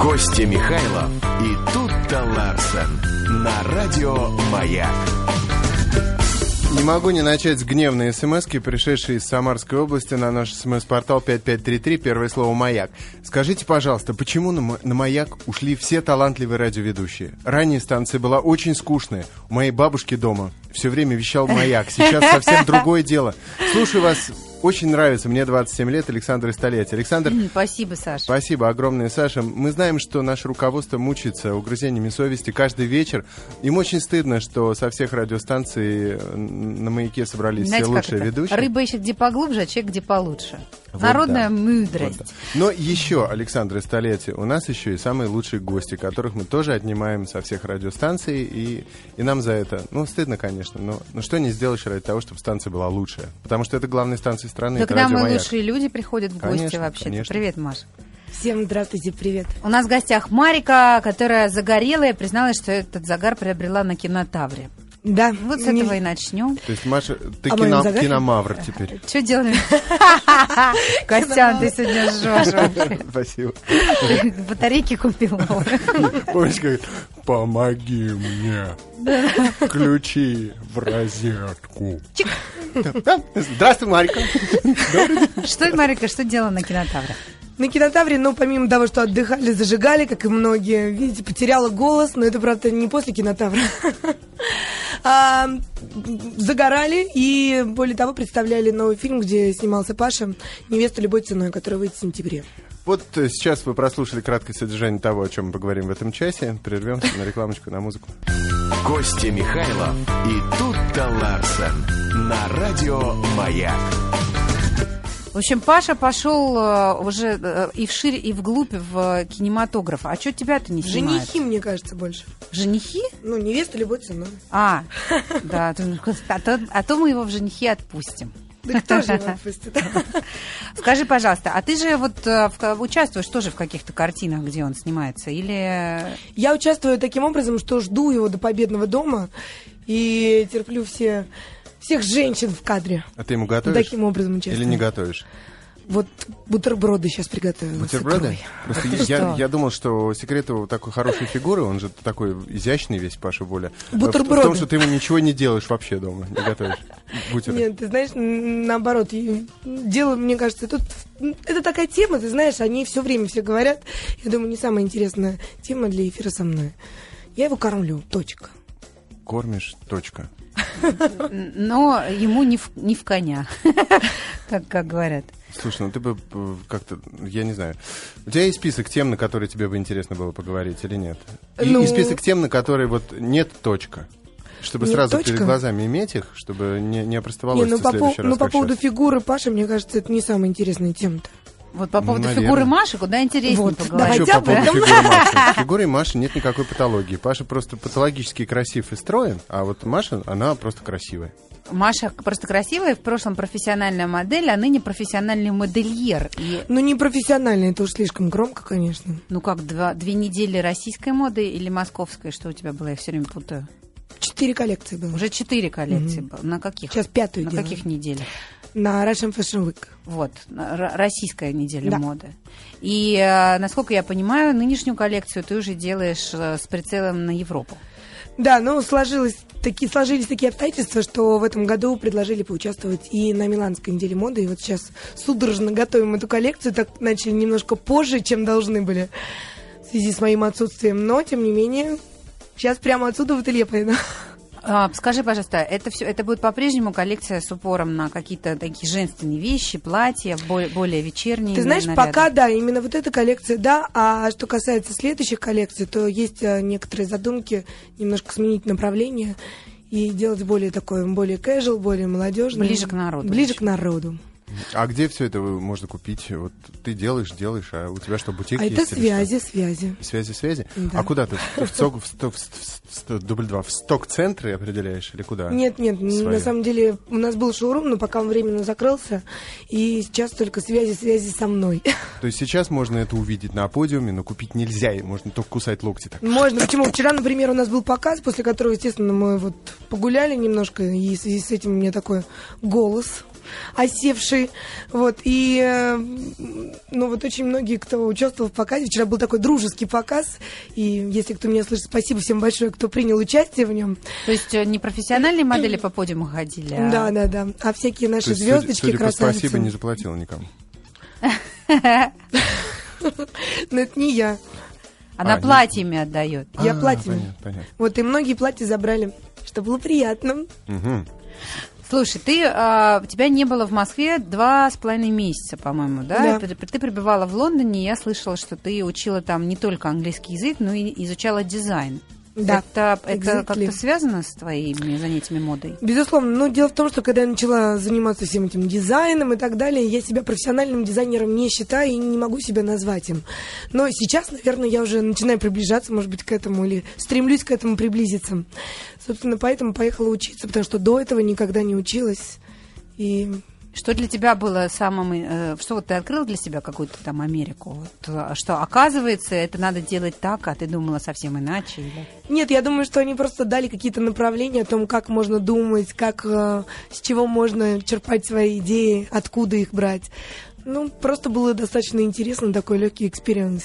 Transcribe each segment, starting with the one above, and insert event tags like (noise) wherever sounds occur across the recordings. Костя Михайлов и Тут-то Ларсен на радио «Маяк». Не могу не начать с гневной смс пришедшей из Самарской области на наш смс-портал 5533, первое слово «Маяк». Скажите, пожалуйста, почему на, «Ма- на «Маяк» ушли все талантливые радиоведущие? Ранее станция была очень скучная. У моей бабушки дома все время вещал «Маяк». Сейчас совсем другое дело. Слушаю вас, очень нравится. Мне 27 лет, Александр из Тольятти. Александр, Спасибо, Саша. Спасибо огромное, Саша. Мы знаем, что наше руководство мучается угрызениями совести каждый вечер. Им очень стыдно, что со всех радиостанций э, на маяке собрались Знаете, все как лучшие это? ведущие. Рыба ищет где поглубже, а человек где получше. Вот Народная да. мудрость. Вот да. Но еще, Александр из Тольятти, у нас еще и самые лучшие гости, которых мы тоже отнимаем со всех радиостанций, и, и нам за это, ну, стыдно, конечно, но, но что не сделаешь ради того, чтобы станция была лучшая? Потому что это главная станция страны, Да к это нам и «Радио Маяк». лучшие люди приходят в гости Конечно, вообще-то. конечно. Привет, Маша. Всем здравствуйте, привет. У нас в гостях Марика, которая загорелая, призналась, что этот загар приобрела на кинотавре. Да, Вот с не- этого и начнем. То есть, Маша, ты А мы кино- им загадки? киномавр теперь. Что делаем? Костян, ты сегодня жжешь. Спасибо. Батарейки купил. новые. Помнишь, как помоги мне, ключи в розетку. Здравствуй, Марика. Что, Марика, что делала на кинотавре? На кинотавре, ну, помимо того, что отдыхали, зажигали, как и многие, видите, потеряла голос, но это, правда, не после кинотавра. (laughs) А, загорали и, более того, представляли новый фильм, где снимался Паша «Невеста любой ценой», который выйдет в сентябре. Вот э, сейчас вы прослушали краткое содержание того, о чем мы поговорим в этом часе. Прервемся на рекламочку, на музыку. Костя Михайлов и Тут-то Ларсен на радио «Маяк». В общем, Паша пошел э, уже э, и вширь, и вглубь в э, кинематограф. А что тебя-то не снимает? Женихи, мне кажется, больше. Женихи? Ну, «Невеста любой ценой». А, да. ты- А то, а то мы его в женихи отпустим. (laughs) Да кто же его отпустит? (laughs) Скажи, пожалуйста, а ты же вот э, в ка- участвуешь тоже в каких-то картинах, где он снимается? Или... э, Я участвую таким образом, что жду его до победного дома и терплю все, всех женщин в кадре. А ты ему готовишь? Таким образом Или участвую. не готовишь? Вот бутерброды сейчас приготовила. с Бутерброды? икрой. Просто Ты я, что? я думал, что секрет его такой хорошей фигуры, он же такой изящный весь, Паша Воля. э, в- В Бутерброды. том, что ты ему ничего не делаешь вообще дома, не готовишь. Бутеры. Нет, ты знаешь, н- наоборот, и- дело, мне кажется, тут м, это такая тема, ты знаешь, они все время все говорят. Я думаю, не самая интересная тема для эфира со мной. Я его кормлю, точка. Кормишь, точка. Но ему не в, не в коня, (laughs) как, как говорят. Слушай, ну ты бы э, как-то, я не знаю. У тебя есть список тем, на которые тебе бы интересно было поговорить или нет? И, Ну- и список тем, на которые вот нет точка. Чтобы Нет сразу перед точка? глазами иметь их, чтобы не, не Не, опростоволоситься ну, в по, пов- следующий раз. ну, по как поводу щас. фигуры Паши, мне кажется, это не самая интересная тема-то. Вот по поводу Наверное. фигуры Маши, куда интереснее Вот, А поговорить. давай. чё Хотя Ну, по бы. поводу фигуры (laughs) Маши? С фигурой Маши нет никакой патологии. Паша просто патологически красив и строен, а вот Маша, она просто красивая. Маша просто красивая, в прошлом профессиональная модель, а ныне профессиональный модельер. И, Ну, не профессиональная, это уж слишком громко, конечно. ну как, два, две недели российской моды или московской, что у тебя было, я все время путаю. Четыре коллекции было. Уже четыре коллекции было. На каких? Сейчас пятую На делаем. каких неделях? На Russian Fashion Week. Вот, на- р- российская неделя Да. моды. И, э, насколько я понимаю, нынешнюю коллекцию ты уже делаешь э, с прицелом на Европу. Да, ну сложилось такие, сложились такие обстоятельства, что в этом году предложили поучаствовать и на Миланской неделе моды. И вот сейчас судорожно готовим эту коллекцию. Так начали немножко позже, чем должны были в связи с моим отсутствием. Но, тем не менее, сейчас прямо отсюда в ателье поеду. А, скажи, пожалуйста, это все, это будет по-прежнему коллекция с упором на какие-то такие женственные вещи, платья, бо- более, вечерние. Ты знаешь, наряды? пока, да, именно вот эта коллекция, да. А что касается следующих коллекций, то есть э, некоторые задумки немножко сменить направление и делать более такое, более casual, более молодежное. Ближе к народу. Ближе к народу. А где все это вы- можно купить? Вот ты делаешь, делаешь, а у тебя что, бутик А есть? это или что? связи, связи. Связи, связи. Да. А куда ты? В, сток- в сток- в ст- в ст- дубль два. В сток-центры определяешь или куда? Нет, нет, Свои. на самом деле у нас был шоурум, но пока он временно закрылся, и сейчас только связи, связи со мной. (laughs) То есть сейчас можно это увидеть на подиуме, но купить нельзя, и можно только кусать локти так. Можно, почему? Вчера, например, у нас был показ, после которого, естественно, мы вот погуляли немножко, и в связи с этим у меня такой голос осевший. Вот, и, э, ну, вот очень многие, кто участвовал в показе, вчера был такой дружеский показ, и если кто меня слышит, спасибо всем большое, кто принял участие в нем. То есть э, не профессиональные модели по подиуму ходили, а Да, да, да. А всякие То наши есть, судя- звездочки, судя по красавицы. спасибо не заплатила никому. Но это не я. она А, не- платьями отдает. Я А, платье. Понятно, понятно. Вот и многие платья забрали, что было приятно. Мгм. А Слушай, ты а, тебя не было в Москве два с половиной месяца, по-моему, да? Да. Ты, ты пребывала в Лондоне, и я слышала, что ты учила там не только английский язык, но и изучала дизайн. Да, Это, это exactly. как-то связано с твоими занятиями модой? Безусловно, но дело в том, что когда я начала заниматься всем этим дизайном и так далее, я себя профессиональным дизайнером не считаю и не могу себя назвать им. Но сейчас, наверное, я уже начинаю приближаться, может быть, к этому или стремлюсь к этому приблизиться. Собственно, поэтому поехала учиться, потому что до этого никогда не училась. И Что для тебя было самым... э, что вот ты открыл для себя какую-то там Америку? Вот, а что, оказывается, это надо делать так, а ты думала совсем иначе? Или... Нет, я думаю, что они просто дали какие-то направления о том, как можно думать, как э, с чего можно черпать свои идеи, откуда их брать. Ну, просто было достаточно интересно, такой легкий экспириенс.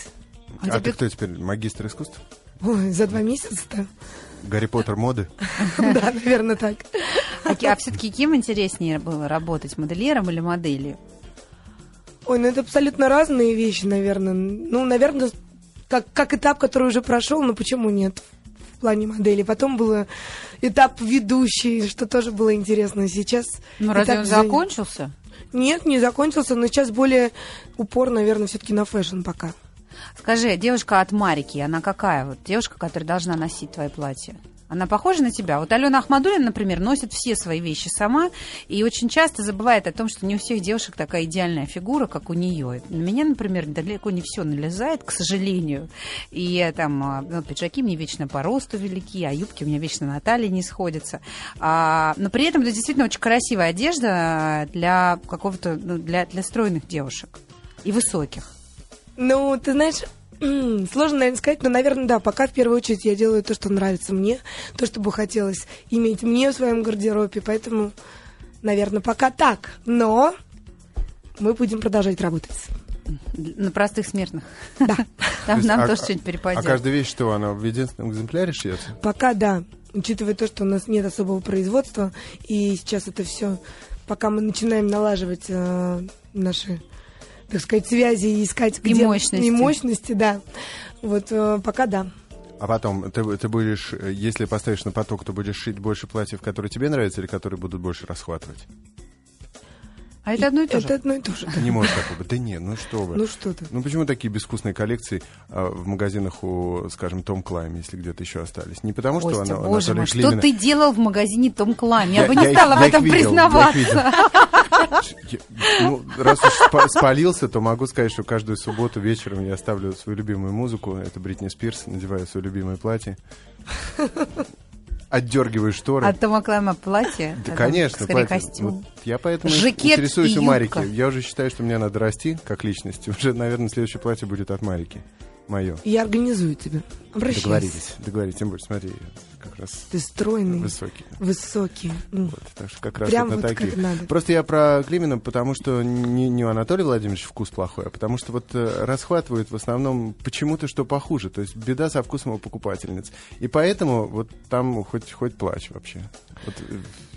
А А ты тебе- кто теперь? Магистр искусств? Ой, за (laughs) два месяца-то? Гарри Поттер (laughs) моды? Да, наверное, так. А, все-таки кем интереснее было работать, модельером или моделью? Ой, ну это абсолютно разные вещи, наверное. Ну, наверное, как, как этап, который уже прошел, но почему нет? В плане модели. Потом был э, этап ведущий, что тоже было интересно. Сейчас Ну, разве этап он дизайн- закончился? Нет, не закончился, но сейчас более упор, наверное, все-таки на фэшн пока. Скажи, девушка от Марики, она какая? Вот девушка, которая должна носить твое платье. Она похожа на тебя? Вот Алена Ахмадулина, например, носит все свои вещи сама и очень часто забывает о том, что не у всех девушек такая идеальная фигура, как у нее. На меня, например, далеко не все налезает, к сожалению. И я там а, ну, пиджаки мне вечно по росту велики, а юбки у меня вечно на талии не сходятся. А, но при этом это действительно очень красивая одежда а, для какого-то, ну, для, для стройных девушек и высоких. Ну, ты знаешь, (clears throat) сложно, наверное, сказать, но, наверное, да, пока в первую очередь я делаю то, что нравится мне, то, что бы хотелось иметь мне в своем гардеробе, поэтому, наверное, пока так. Но мы будем продолжать работать. На простых смертных. (laughs) Там есть, нам а- тоже что-нибудь А перепадет. каждая вещь, что она в единственном экземпляре шьется? Пока да, учитывая то, что у нас нет особого производства, и сейчас это все, пока мы начинаем налаживать э, наши, так сказать, связи и искать И мощности. и мощности, да. Вот э, пока да. А потом, ты, ты будешь, э, если поставишь на поток, то будешь шить больше платьев, которые тебе нравятся, или которые будут больше расхватывать? А это одно и то Это же. одно и то же. да. Не может такого быть. Да нет, ну что вы. Ну что ты. Ну почему такие безвкусные коллекции а, в магазинах у, скажем, Том Клайм, если где-то еще остались? Не потому, что Костя, она боже Анатолия мой, что Климина- ты делал в магазине Том Клайм? Я, Я- бы я не их- стала я в их этом видел, я их признаваться. Я- Ну, раз уж спа- спалился, то могу сказать, что каждую субботу вечером я ставлю свою любимую музыку. Это Бритни Спирс, надеваю свое любимое платье. Отдергиваю шторы. А Тома Клайма платье? Да, а там конечно, Скорее, платье. Вот костюм. я поэтому и Жакет интересуюсь и у Марики. юбка. Я уже считаю, что мне надо расти как личности. Уже, наверное, следующее платье будет от Марики. Мое. Я организую тебя. Обращайся. Договорились. Договорились. Тем более, смотри, я как раз Ты стройный, высокий. высокий. Ну, М. Вот, так что как раз Прям вот на вот как таких. надо. Просто я про Климина, потому что не, не у Анатолия Владимировича вкус плохой, а потому что вот э, расхватывают в основном почему-то что похуже. То есть беда со вкусом у покупательниц. И поэтому вот там хоть, хоть плачь вообще. Вот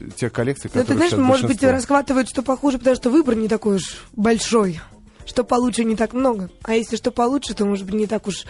э, тех коллекций, Ну, которые ты знаешь, сейчас может быть, большинство. расхватывают, что похуже, потому что выбор не такой уж большой. Что получше, не так много. А если что получше, то, может быть, не так уж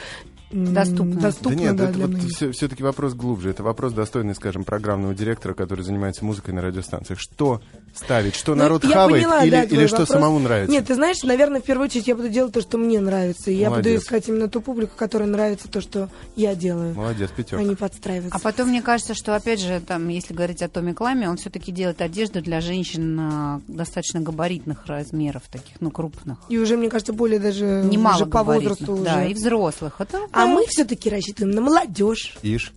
м, Доступно. доступно да нет, да, это для вот многих. все, таки вопрос глубже. Это вопрос достойный, скажем, программного директора, который занимается музыкой на радиостанциях. Что ставить? Что Ну, народ я хавает? поняла, или да, или твой что вопрос. самому нравится? Нет, ты знаешь, наверное, в первую очередь я буду делать то, что мне нравится. И я буду Молодец. искать именно ту публику, которая нравится то, что я делаю. Молодец, пятерка. А не подстраиваться. А потом, мне кажется, что, опять же, там, если говорить о Томе Клайме, он все-таки делает одежду для женщин а, достаточно габаритных размеров, таких, ну, крупных. И уже, мне кажется, более даже Немало уже по возрасту уже. Да, и взрослых. Это, А да, мы все-таки рассчитываем на молодежь. Ишь.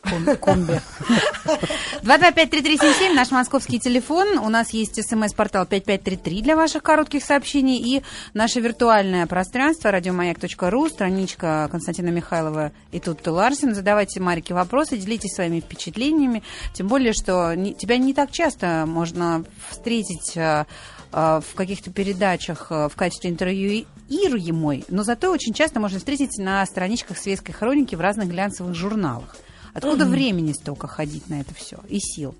Ком- Комби. 225-3377, наш московский телефон. У нас есть смс-портал 5533 для ваших коротких сообщений. И наше виртуальное пространство радиомаяк.ру, страничка Константина Михайлова и тут ты, Ларсен. Задавайте Марике вопросы, делитесь своими впечатлениями. Тем более, что не- тебя не так часто можно встретить э, э, в каких-то передачах э, в качестве интервью Ируемой, но зато очень часто можно встретить на страничках светской хроники в разных глянцевых журналах. Откуда времени столько ходить на это все и сил?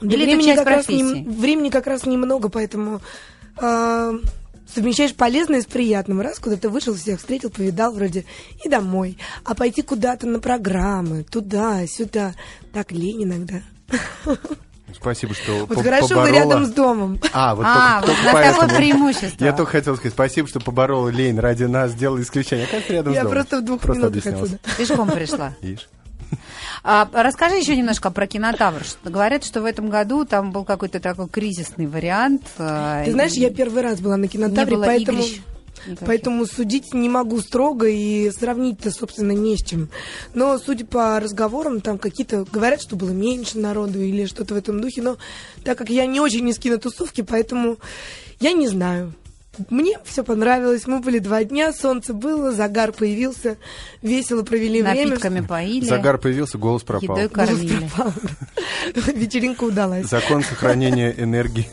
Да Или это времени, часть как раз не- профессии? времени как раз немного, поэтому э, совмещаешь полезное с приятным. Раз куда-то вышел, всех встретил, повидал вроде и домой. А пойти куда-то на программы, туда, сюда. Так лень иногда. Спасибо, что Вот по- хорошо поборола. вы рядом с домом. А, вот А, только, вот только у нас такое поэтому. преимущество. Я только хотел сказать спасибо, что поборола лень ради нас, сделала исключение. Оказывается, рядом с Я домом. просто в двух Просто минутах объяснялся. отсюда. Пешком пришла. Видишь? А, расскажи еще немножко про кинотавр. Что- Говорят, что в этом году там был какой-то такой кризисный вариант. а, Ты знаешь, я первый раз была на кинотавре, было поэтому... игрищ никаких. Поэтому судить не могу строго и сравнить-то, собственно, не с чем. Но, судя по разговорам, там какие-то говорят, что было меньше народу или что-то в этом духе. Но так как я не очень из кинотусовки, поэтому я не знаю. Мне все понравилось. Мы были два дня, солнце было, загар появился, весело провели время. Напитками поили, Загар появился, голос пропал. едой кормили. (laughs) Вечеринка удалась. Закон сохранения энергии.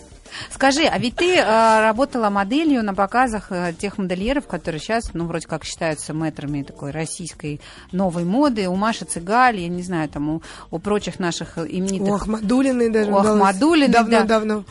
Скажи, а ведь ты э, работала моделью на показах э, тех модельеров, которые сейчас, ну, вроде как считаются мэтрами такой российской новой моды, у Маши Цыгаль, я не знаю, там, у, у прочих наших э, У именитых. Ахмадулиной даже У удалось. Ахмадулиной, да. Давно-давно.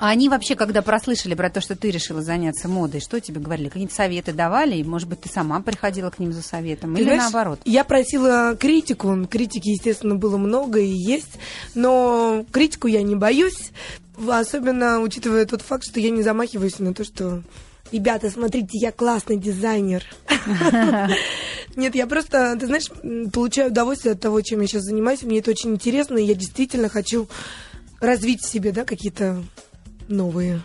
А они вообще, когда прослышали про то, что ты решила заняться модой, что тебе говорили? Какие-то советы давали? И, может быть, ты сама приходила к ним за советом? Ты Или знаешь, наоборот? Я просила критику. Критики, естественно, было много и есть. Но критику я не боюсь. в- Особенно учитывая тот факт, что я не замахиваюсь на то, что... Ребята, смотрите, я (laughs) классный дизайнер. Нет, я просто, ты знаешь, м, получаю удовольствие от того, чем я сейчас занимаюсь. Мне это очень интересно, и я действительно хочу развить в себе, да, какие-то новые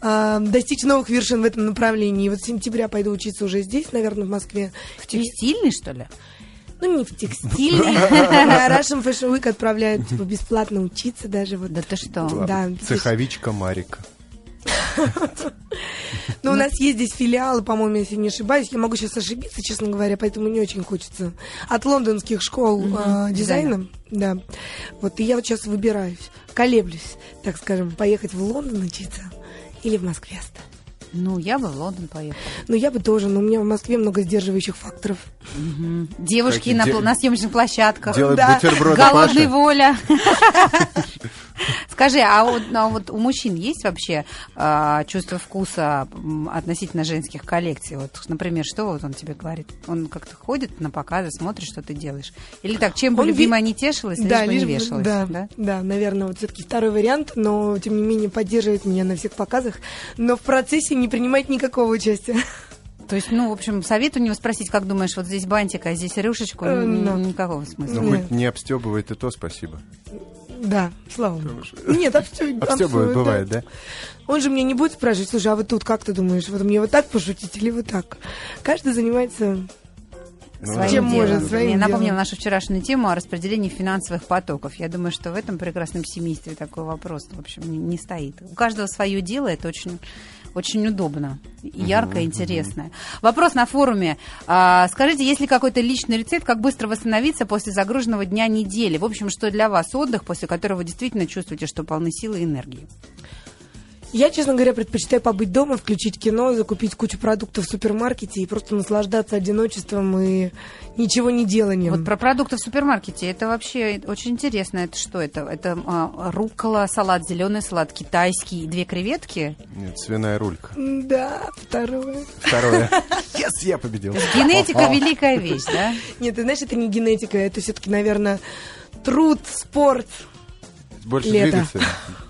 а, достичь новых вершин в этом направлении. И вот с сентября пойду учиться уже здесь, наверное, в Москве. В текстильной, что ли? Ну, не в текстиле. На (laughs) Russian Fashion Week отправляют типа, бесплатно учиться даже. Вот. Да ты что? Да. Ладно, Цеховичка Марика. Но у нас есть здесь филиалы, по-моему, если не ошибаюсь. Я могу сейчас ошибиться, честно говоря, поэтому не очень хочется. От лондонских школ э, дизайна. Да. Вот, и я вот сейчас выбираюсь, колеблюсь, так скажем, поехать в Лондон учиться или в Москве остаться. Ну, я бы в Лондон поехала. Но я бы тоже, но у меня в Москве много сдерживающих факторов. Мгм. Девушки Какие на, де- пла- на съемочных площадках. Делает Да. бутерброды Голодный Паша. (laughs) воля. Скажи, а вот, а вот у мужчин есть вообще а, чувство вкуса м, относительно женских коллекций? Вот, например, что вот он тебе говорит? Он как-то ходит на показы, смотрит, что ты делаешь? Или так, чем бы Он ви- любимая не тешилась, лишь бы не лишь бы- вешалась? Да, да? да, наверное, вот все-таки второй вариант, но тем не менее поддерживает меня на всех показах, но в процессе не принимает никакого участия. (laughs) То есть, ну, в общем, совет у него спросить, как думаешь, вот здесь бантик, а здесь рюшечку, Э, н- да. никакого смысла. Ну, Нет. хоть не обстебывает, и то спасибо. Да, слава богу. Нет, а всё- а всё, Обстебывает, бывает, да? Он же меня не будет спрашивать, слушай, а вот тут как ты думаешь, вот мне вот так пошутить или вот так? Каждый занимается Ну, Своим Чем делом. может, своим Я напомню делом. нашу вчерашнюю тему о распределении финансовых потоков. Я думаю, что в этом прекрасном семействе такой вопрос, в общем, не, не стоит. У каждого свое дело, это очень, очень удобно, и ярко и интересно. Вопрос на форуме. А, скажите, есть ли какой-то личный рецепт, как быстро восстановиться после загруженного дня недели? В общем, что для вас отдых, после которого вы действительно чувствуете, что полны силы и энергии? Я, честно говоря, предпочитаю побыть дома, включить кино, закупить кучу продуктов в супермаркете и просто наслаждаться одиночеством и ничего не деланием. Вот про продукты в супермаркете. Это вообще очень интересно. Это что это? Это а, руккола, салат зеленый, салат китайский и две креветки? Нет, свиная рулька. М, Да, второе. Второе. (laughs) Yes, я победил. Генетика великая вещь, да? Нет, ты знаешь, это не генетика, это все-таки, наверное, труд, спорт. Больше Лето. двигаться.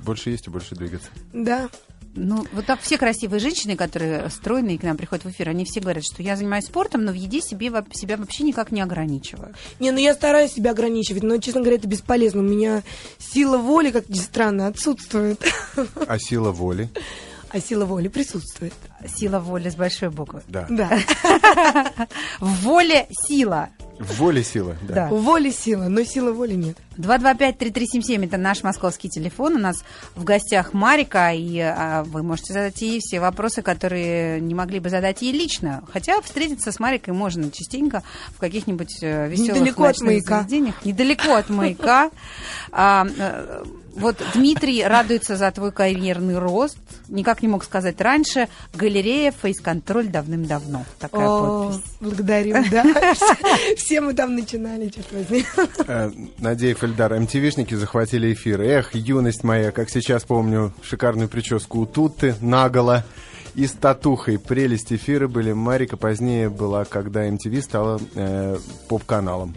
Больше есть и больше двигаться. Да. Ну, вот так все красивые женщины, которые стройные к нам приходят в эфир, они все говорят, что я занимаюсь спортом, но в еде себе, во- себя вообще никак не ограничиваю. Не, ну я стараюсь себя ограничивать, но, честно говоря, это бесполезно. У меня сила воли, как ни странно, отсутствует. А сила воли? А сила воли присутствует. Сила воли с большой буквы. Да. Да. В воле сила. Воля сила. Да. Да. Воли сила, но силы воли нет. 225-3377 это наш московский телефон. У нас в гостях Марика, и а, вы можете задать ей все вопросы, которые не могли бы задать ей лично. Хотя встретиться с Марикой можно частенько в каких-нибудь э, веселых Недалеко от ночных маяка. заведениях. Недалеко от маяка. А, э, Вот Дмитрий радуется за твой карьерный рост. Никак не мог сказать раньше. Галерея «Фейс-контроль» давным-давно. Такая О, подпись. Благодарю, (laughs) да. Все- Все мы там начинали, черт возьми. Э, Надеев Эльдар, МТВшники захватили эфир. Эх, юность моя, как сейчас помню, шикарную прическу у Тутты, наголо и с татухой. Прелесть эфира были. Марика позднее была, когда MTV стала э, поп-каналом.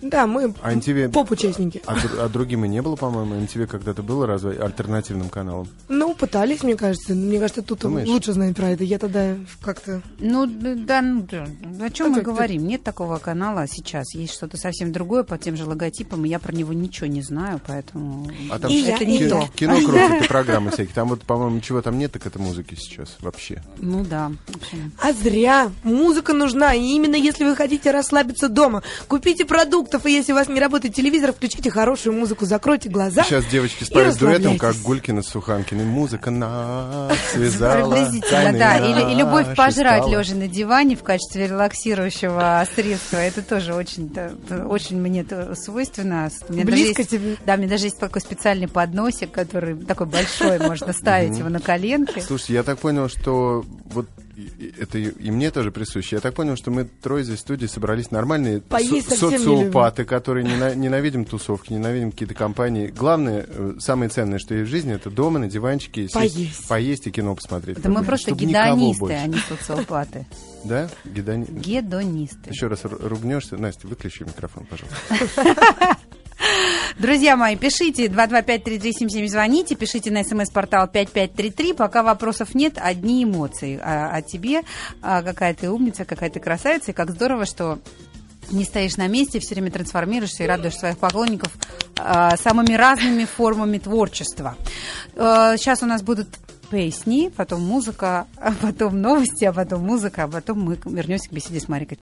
Да, мы А MTV... поп-участники. А, др- а другим и не было, по-моему. MTV когда-то было разве альтернативным каналом? Ну, пытались, мне кажется. Мне кажется, тут Думаешь? лучше знает про это. Я тогда как-то... Ну д- да, ну, да. о чем А мы так ты- говорим? Нет такого канала сейчас. Есть что-то совсем другое по тем же логотипам, и я про него ничего не знаю, поэтому А там И ж я, это и не я. то. кино, кино (laughs) крутят и программы всякие. Там вот, по-моему, чего там нет, так это музыки сейчас вообще. Ну да. в общем. А зря. Музыка нужна. И именно если вы хотите расслабиться дома, купите продуктов, и если у вас не работает телевизор, включите хорошую музыку, закройте глаза. Сейчас девочки и спают дуэтом, как расслабляйтесь. Гулькина с Суханкиной. Музыка нас (laughs) связала. Приблизительно, да. тайны Или, и любовь наши пожрать стала. лежа на диване в качестве релаксирующего средства. Это тоже очень, да, да, очень мне это свойственно. У меня даже Близко есть- тебе. Да, у меня даже есть такой специальный подносик, который такой большой, можно ставить его на коленке. Слушайте, я так понял, что вот и- и- это и и мне тоже присуще. Я так понял, что мы трое здесь в студии собрались нормальные Поесть со- совсем не социопаты, которые нена- ненавидим тусовки, ненавидим какие-то компании. Главное, э, самое ценное, что есть в жизни, это дома, на диванчике, сесть, Поесть. поесть и кино посмотреть. Это мы Чтобы просто никого гедонисты, больше. а не (laughs) социопаты. Да? Гедони... Гедонисты. Еще раз ру- ругнешься. Настя, выключи микрофон, пожалуйста. Друзья мои, пишите 225-3377, звоните, пишите на смс-портал 5533. Пока вопросов нет, одни эмоции а, о тебе, а, какая ты умница, какая ты красавица, и как здорово, что не стоишь на месте, все время трансформируешься и радуешь своих поклонников а, самыми разными формами творчества. сейчас у нас будут песни, потом музыка, а потом новости, а потом музыка, а потом мы вернемся к беседе с Марикой.